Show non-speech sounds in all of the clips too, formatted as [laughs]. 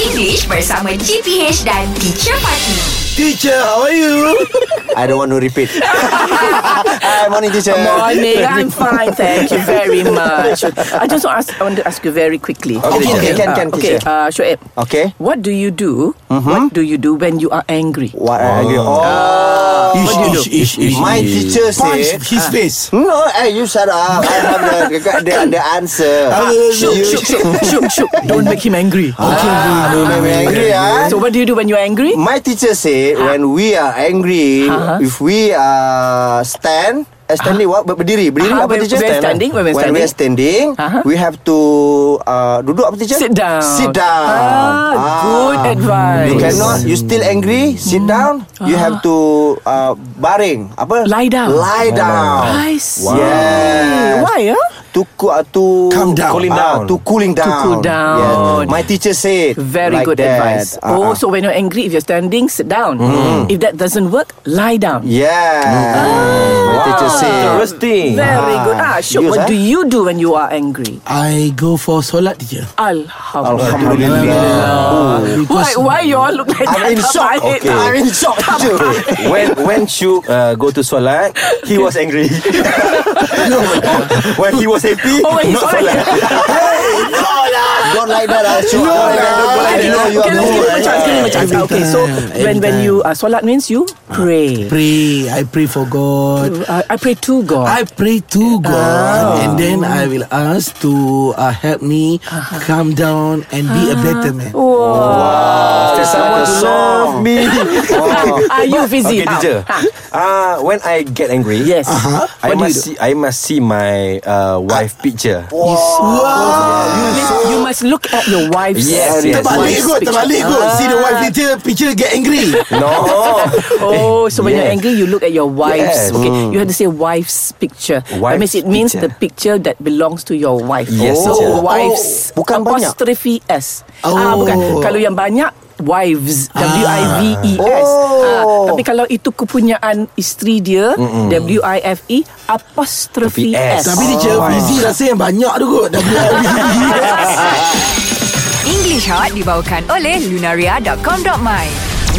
English bersama GPH dan Teacher Fatih. Teacher, how are you? [laughs] I don't want to [laughs] repeat. Hi, morning, teacher. Morning, [laughs] I'm fine, thank you very much. I just want to ask, I want to ask you very quickly. Okay, okay, teacher. Can, can, uh, okay, teacher. uh, Shoaib. Okay. Mm-hmm. What do you do? What do you do when you are angry? What I agree. Oh, What do you Ish, ish, ish, ish. my teacher Ah. Punch said. his face. No, hey, you shut up. I have the, the, the answer. Shook, shook, shook, shook, [laughs] shook. Don't make him angry. Ah, don't make me angry, ah. So what do you do when you're angry? My teacher said Ha. when we are angry, Uh-huh. if we are stand, eh, standing what Ber- berdiri, berdiri Uh-huh, apa Ha. when- teacher? when Stand, eh? standing, when we're When we are standing, Uh-huh. we have to uh, duduk apa teacher? Sit down. Sit down. Ah, good advice. Hmm. Ah. You cannot. You still angry? Sit down. You have to uh, baring apa? Lie down. Lie down. I see. Yes. Why? ah? To co- uh, to Calm down. Cooling Cooling down. down. to cooling down. cool down. Yes. My teacher said Very like good that. advice. Ah, ah. Oh, so when you're angry, if you're standing, sit down. Mm. If that doesn't work, lie down. Yeah. My teacher said. Interesting. Very Ah, good. Ah, Syuk, yes, what eh? do you do when you are angry? I go for solat teacher. Ah. Alhamdulillah. Why, Because why you all look like that? I'm in shock. Tabaik. Okay. I'm in shock. Teacher. When when Shuk uh, go to solat, he was angry. no. uh, When he was happy, Oh, he's not sorry. solat. Don't like that. ah, Syuk. Don't like that. Don't like Okay, that. okay, You are okay, let's give him a good. chance. Give him a chance. Every Okay, so time, when every when time. you uh, solat means you pray. pray, I pray for God. Uh, I pray to God. I pray to God and then I will ask to uh, help me calm down and be a better man. Oh, Oh. There's someone to love me. Are you busy? Okay, teacher. Ah, when I get angry, Yes. I What do you must see I must see my uh, wife picture. You must look at your wife's Yes, yes, Terbalik yes. kot, terbalik kot. See the wife Ah. later, picture get angry. No. [laughs] Oh, so when you're Eh, Yes. angry, you look at your wife's. Yes. Mm. Okay, you have to say wife's picture. that means Wife's it means picture. the picture that belongs to your wife. Yes, so teacher. wife's Oh, bukan banyak. apostrophe s. Oh. Ah, bukan. Kalau yang banyak wives Ah. w i v e s. Oh. tapi kalau itu kepunyaan isteri dia w i f e Tapi apostrophe S. s. Tapi dia cakap busy rasa yang banyak tu kot. Dah buat. English Hot dibawakan oleh Lunaria.com.my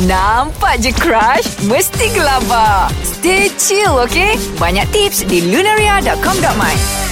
Nampak je crush? Mesti gelabah. Stay chill, okay? Banyak tips di Lunaria.com.my